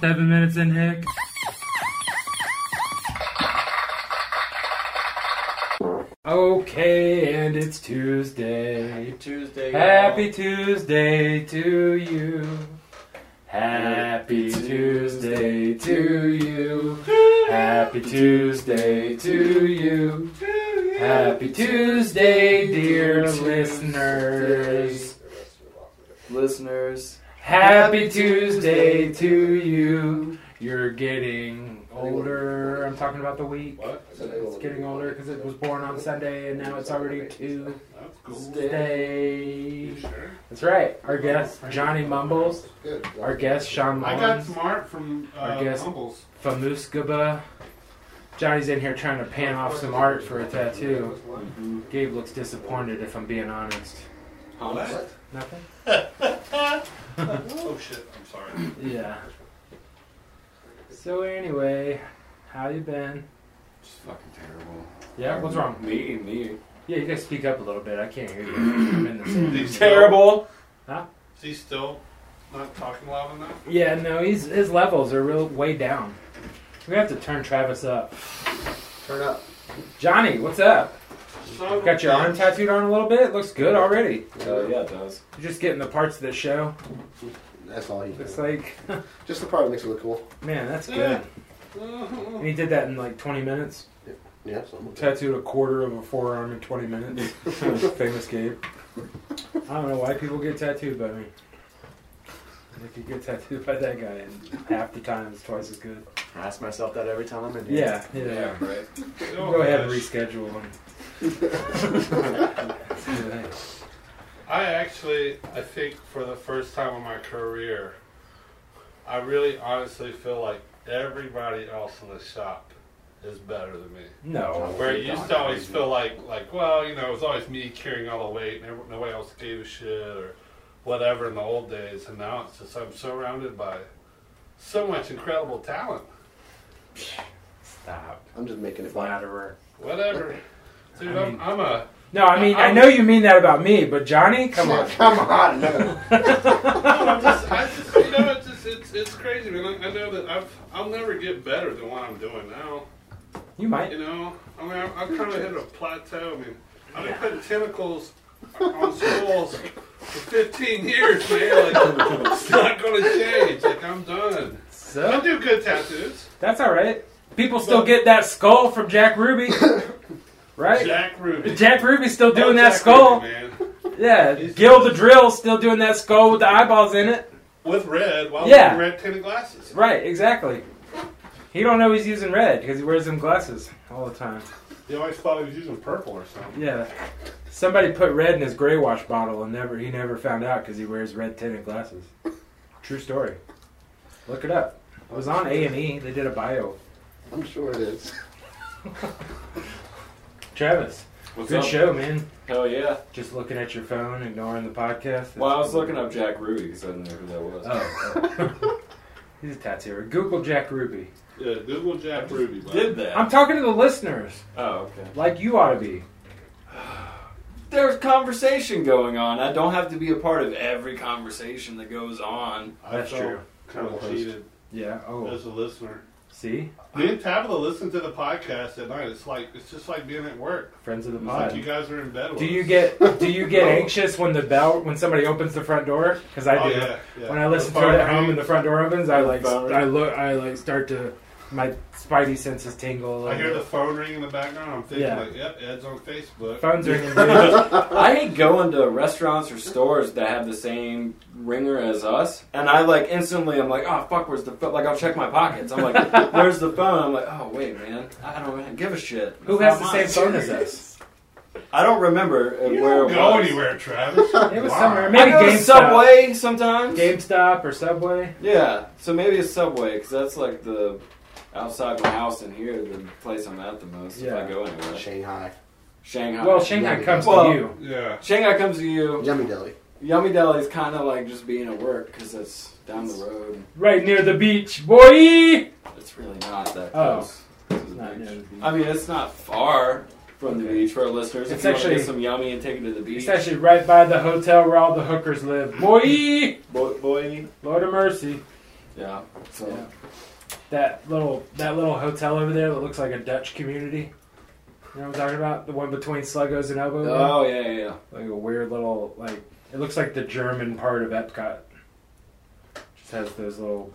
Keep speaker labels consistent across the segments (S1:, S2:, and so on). S1: Seven minutes in, Hick. Okay, and it's Tuesday.
S2: Tuesday.
S1: Happy Tuesday to you. Happy Tuesday to you. Happy Tuesday to you. Happy Tuesday, dear listeners.
S2: listeners.
S1: Happy Tuesday to you. You're getting older. I'm talking about the week.
S3: What?
S1: It's getting older because it was born on Sunday and now it's already Tuesday.
S3: That's cool. You sure?
S1: That's right. Our guest, Johnny Mumbles.
S4: Good.
S1: Our guest, Sean
S3: I got
S1: Mullins.
S3: smart from uh,
S1: I guess-
S3: Humbles.
S1: Famuskaba. Johnny's in here trying to pan off some art for a tattoo.
S2: Mm-hmm.
S1: Gabe looks disappointed if I'm being honest.
S3: What?
S1: Nothing?
S3: Oh shit! I'm sorry.
S1: Yeah. So anyway, how you been?
S2: Just fucking terrible.
S1: Yeah, what's wrong?
S2: Me, me.
S1: Yeah, you guys speak up a little bit. I can't hear you. I'm in the same.
S3: Is he still-
S2: Terrible.
S3: Is he still not talking loud enough?
S1: Yeah, no, he's, his levels are real way down. We have to turn Travis up.
S4: Turn up.
S1: Johnny, what's up?
S3: Son of a
S1: Got your arm
S3: bitch.
S1: tattooed on a little bit? Looks good already.
S2: Oh yeah, it does.
S1: You're just getting the parts that show.
S4: That's all you
S1: Looks
S4: do.
S1: like,
S4: Just the part that makes it look cool.
S1: man, that's good. And he did that in like 20 minutes.
S4: Yeah, something.
S1: Tattooed a quarter of a forearm in 20 minutes. Famous Gabe. I don't know why people get tattooed by me. Like you get tattooed by that guy, and half the time it's twice as good.
S2: I ask myself that every time I'm in here.
S1: Yeah, yeah.
S4: right.
S3: Oh,
S1: Go ahead and
S3: gosh.
S1: reschedule one.
S3: I actually, I think for the first time in my career, I really honestly feel like everybody else in the shop is better than me.
S1: no.
S3: Where you used to always feel like, like, well, you know, it was always me carrying all the weight, and everyone- nobody else gave a shit or whatever in the old days, and now it's just I'm surrounded by so much incredible talent.
S1: Stop.
S4: I'm just making it fun.
S1: Flatterer.
S3: Whatever, dude,
S1: I
S3: I am
S1: mean-
S3: I'm a
S1: No, I mean, I know you mean that about me, but Johnny, come on.
S4: Come on. No.
S3: No, I'm just, I just, you know, it's just, it's, it's crazy, man. I, I know that I've, I'll never get better than what I'm doing now.
S1: You might.
S3: You know, I mean, I, I kind of hit a plateau. I mean, I've been putting tentacles on skulls for 15 years, man. Like, it's not going to change. Like, I'm done. I
S1: So,
S3: do good tattoos.
S1: that's alright. People still get that skull from Jack Ruby. Right?
S3: Jack Ruby.
S1: Jack Ruby's still doing
S3: Love
S1: that
S3: Jack
S1: skull.
S3: Ruby, man.
S1: Yeah,
S3: He's-
S1: Gil the Drill still doing that skull with the eyeballs in it.
S3: With red, while
S1: Yeah.
S3: wearing red tinted glasses.
S1: Right, exactly. He don't know he's using red because he wears them glasses all the time.
S3: They always thought he was using purple or something.
S1: Yeah, somebody put red in his gray wash bottle and never he never found out because he wears red tinted glasses. True story. Look it up. It was on A and E. They did a bio.
S4: I'm sure it is.
S1: Travis,
S2: What's
S1: good
S2: up?
S1: show, man.
S2: Hell yeah.
S1: Just looking at your phone, ignoring the podcast.
S2: Well, I was looking up Jack Ruby because I didn't know who that was.
S1: Oh, oh. he's a tattooer. Google Jack Ruby.
S3: Yeah, Google Jack Ruby. bud.
S2: Did that?
S1: I'm talking to the listeners,
S2: oh, okay.
S1: like you ought to be.
S2: There's conversation going on. I don't have to be a part of every conversation that goes on.
S3: I
S1: That's
S3: felt
S1: true.
S3: Kind of cheated
S1: Yeah. Oh,
S3: as a listener.
S1: see,
S3: Me and Tabitha listen to the podcast at night. It's like it's just like being at work.
S1: friends of the
S3: It's like you
S1: pod.
S3: guys are in bed. With
S1: Do you
S3: us.
S1: get do you get anxious when the bell when somebody opens the front door? Because I
S3: Oh,
S1: do.
S3: yeah, yeah.
S1: When I listen
S3: The
S1: to it at
S3: phone
S1: home and the front door opens, I like
S2: phone
S1: I look I like start to my spidey senses tingle.
S3: I
S1: and
S3: hear the phone ring in the background. I'm thinking
S1: Yeah.
S3: like, yep, Ed's on Facebook.
S1: phones ringing. dude.
S2: I hate going to restaurants or stores that have the same ringer as us, and I like instantly I'm like, oh fuck, where's the phone? Like I'll check my pockets. I'm like, where's the phone? I'm like, oh wait, man, I don't give a shit.
S1: Who
S2: It's
S1: has the
S2: not
S1: same phone
S2: mine.
S1: as us?
S2: I don't remember uh,
S3: You
S2: where
S3: don't
S2: it
S3: go
S2: was.
S3: anywhere, Travis.
S1: It was somewhere.
S2: I
S1: Maybe
S2: go to
S1: GameStop.
S2: Subway sometimes.
S1: GameStop or Subway.
S2: Yeah, so maybe it's Subway because that's like the outside my house in here, the place I'm at the most. If
S1: Yeah.
S2: I go anywhere,
S4: Shanghai.
S2: Shanghai.
S1: Well, Shanghai
S4: yeah.
S1: comes
S2: Well-
S1: to you.
S3: Yeah.
S2: Shanghai comes to you.
S4: Yummy deli.
S2: Yummy Deli's kind of like just being at work because it's down the road.
S1: Right near the beach, boy.
S2: It's really not that
S1: Oh.
S2: close. to the beach. I mean, it's not far from the
S1: Okay.
S2: beach for our listeners.
S1: It's
S2: if you want to
S1: actually-
S2: get some yummy and take it to the beach,
S1: It's actually right by the hotel where all the hookers live, boy.
S2: boy, boy.
S1: Lord of mercy.
S2: Yeah.
S4: So
S1: Yeah. That little that little hotel over there that looks like a Dutch community. You know what I'm talking about? The one between Slugos and Elbow.
S2: Oh yeah, yeah, yeah.
S1: Like a weird little like it looks like the German part of Epcot. Just has those little.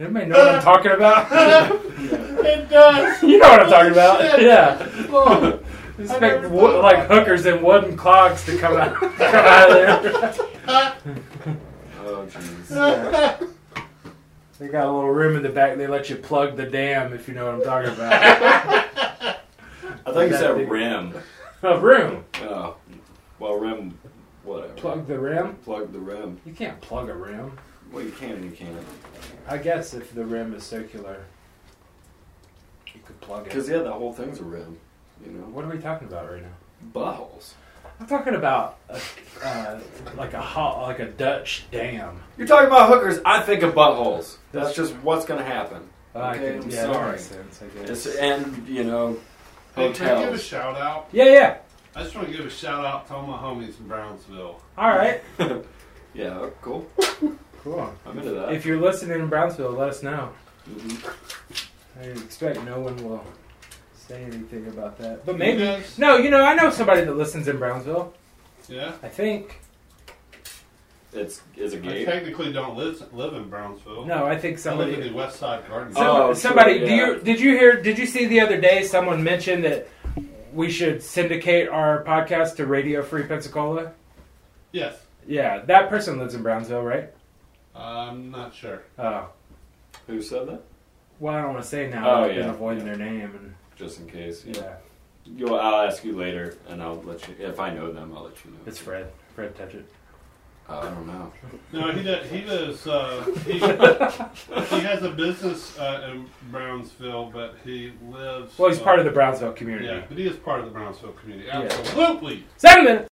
S1: Anybody know what I'm talking about?
S3: It does.
S1: you know what I'm talking about?
S3: Shit.
S1: Yeah.
S3: Lord. I never
S1: Expect
S3: thought
S1: wo-
S3: about
S1: like
S3: it.
S1: hookers and wooden clogs to come out come out of there.
S2: Oh jeez.
S1: Yeah. They got a little room in the back. They let you plug the dam, if you know what I'm talking about.
S2: I thought you said rim.
S1: a room.
S2: Oh, well, rim, whatever.
S1: Plug the rim.
S2: Plug the rim.
S1: You can't plug a rim.
S2: Well, you can and you can't.
S1: I guess if the rim is circular, you could plug
S2: Because
S1: it.
S2: yeah, that whole thing's a rim. You know,
S1: What are we talking about right now?
S2: buttholes.
S1: I'm talking about a, uh, like a ho- like a Dutch dam.
S2: You're talking about hookers. I think of buttholes. That's just what's gonna happen.
S1: I
S2: Okay,
S1: could-
S2: I'm
S1: yeah, that
S2: sorry.
S1: makes sense, I guess.
S2: It's, and you know,
S3: Hey, can I give a
S2: hotels.
S3: shout out?
S1: Yeah, yeah.
S3: I just want to give a shout out to all my homies in Brownsville.
S1: All right.
S2: Yeah, oh, cool.
S1: Cool.
S2: I'm into that.
S1: If you're listening in Brownsville, let us know.
S2: Mhm.
S1: I expect no one will say anything about that. But
S3: You
S1: maybe.
S3: guys-
S1: No, you know, I know somebody that listens in Brownsville.
S3: Yeah.
S1: I think.
S2: It's is a
S3: I
S2: gate.
S3: technically don't live, live in Brownsville.
S1: No, I think
S3: I live in
S1: somebody.
S3: the West Side Gardens.
S1: Some,
S2: Oh, sure,
S1: somebody, do
S2: yeah.
S1: you did you hear? Did you see the other day? Someone mentioned that we should syndicate our podcast to Radio Free Pensacola.
S3: Yes.
S1: Yeah, that person lives in Brownsville, right?
S3: I'm not sure.
S1: Oh,
S2: Who said that?
S1: well, I don't want to say now.
S2: Oh,
S1: I've been
S2: yeah.
S1: avoiding their name,
S2: Just in case.
S1: and
S2: Yeah.
S1: yeah,
S2: You'll, I'll ask you later, and I'll let you. If I know them, I'll let you know.
S1: it's Fred. Fred Touchett.
S2: Uh, I don't know.
S3: No, he does. He does. Uh, he, he has a business uh, in Brownsville, but he lives.
S1: Well, he's
S3: uh,
S1: part of the Brownsville community.
S3: Yeah, but he is part of the Brownsville community.
S1: Yeah.
S3: Absolutely.
S1: Seven minutes.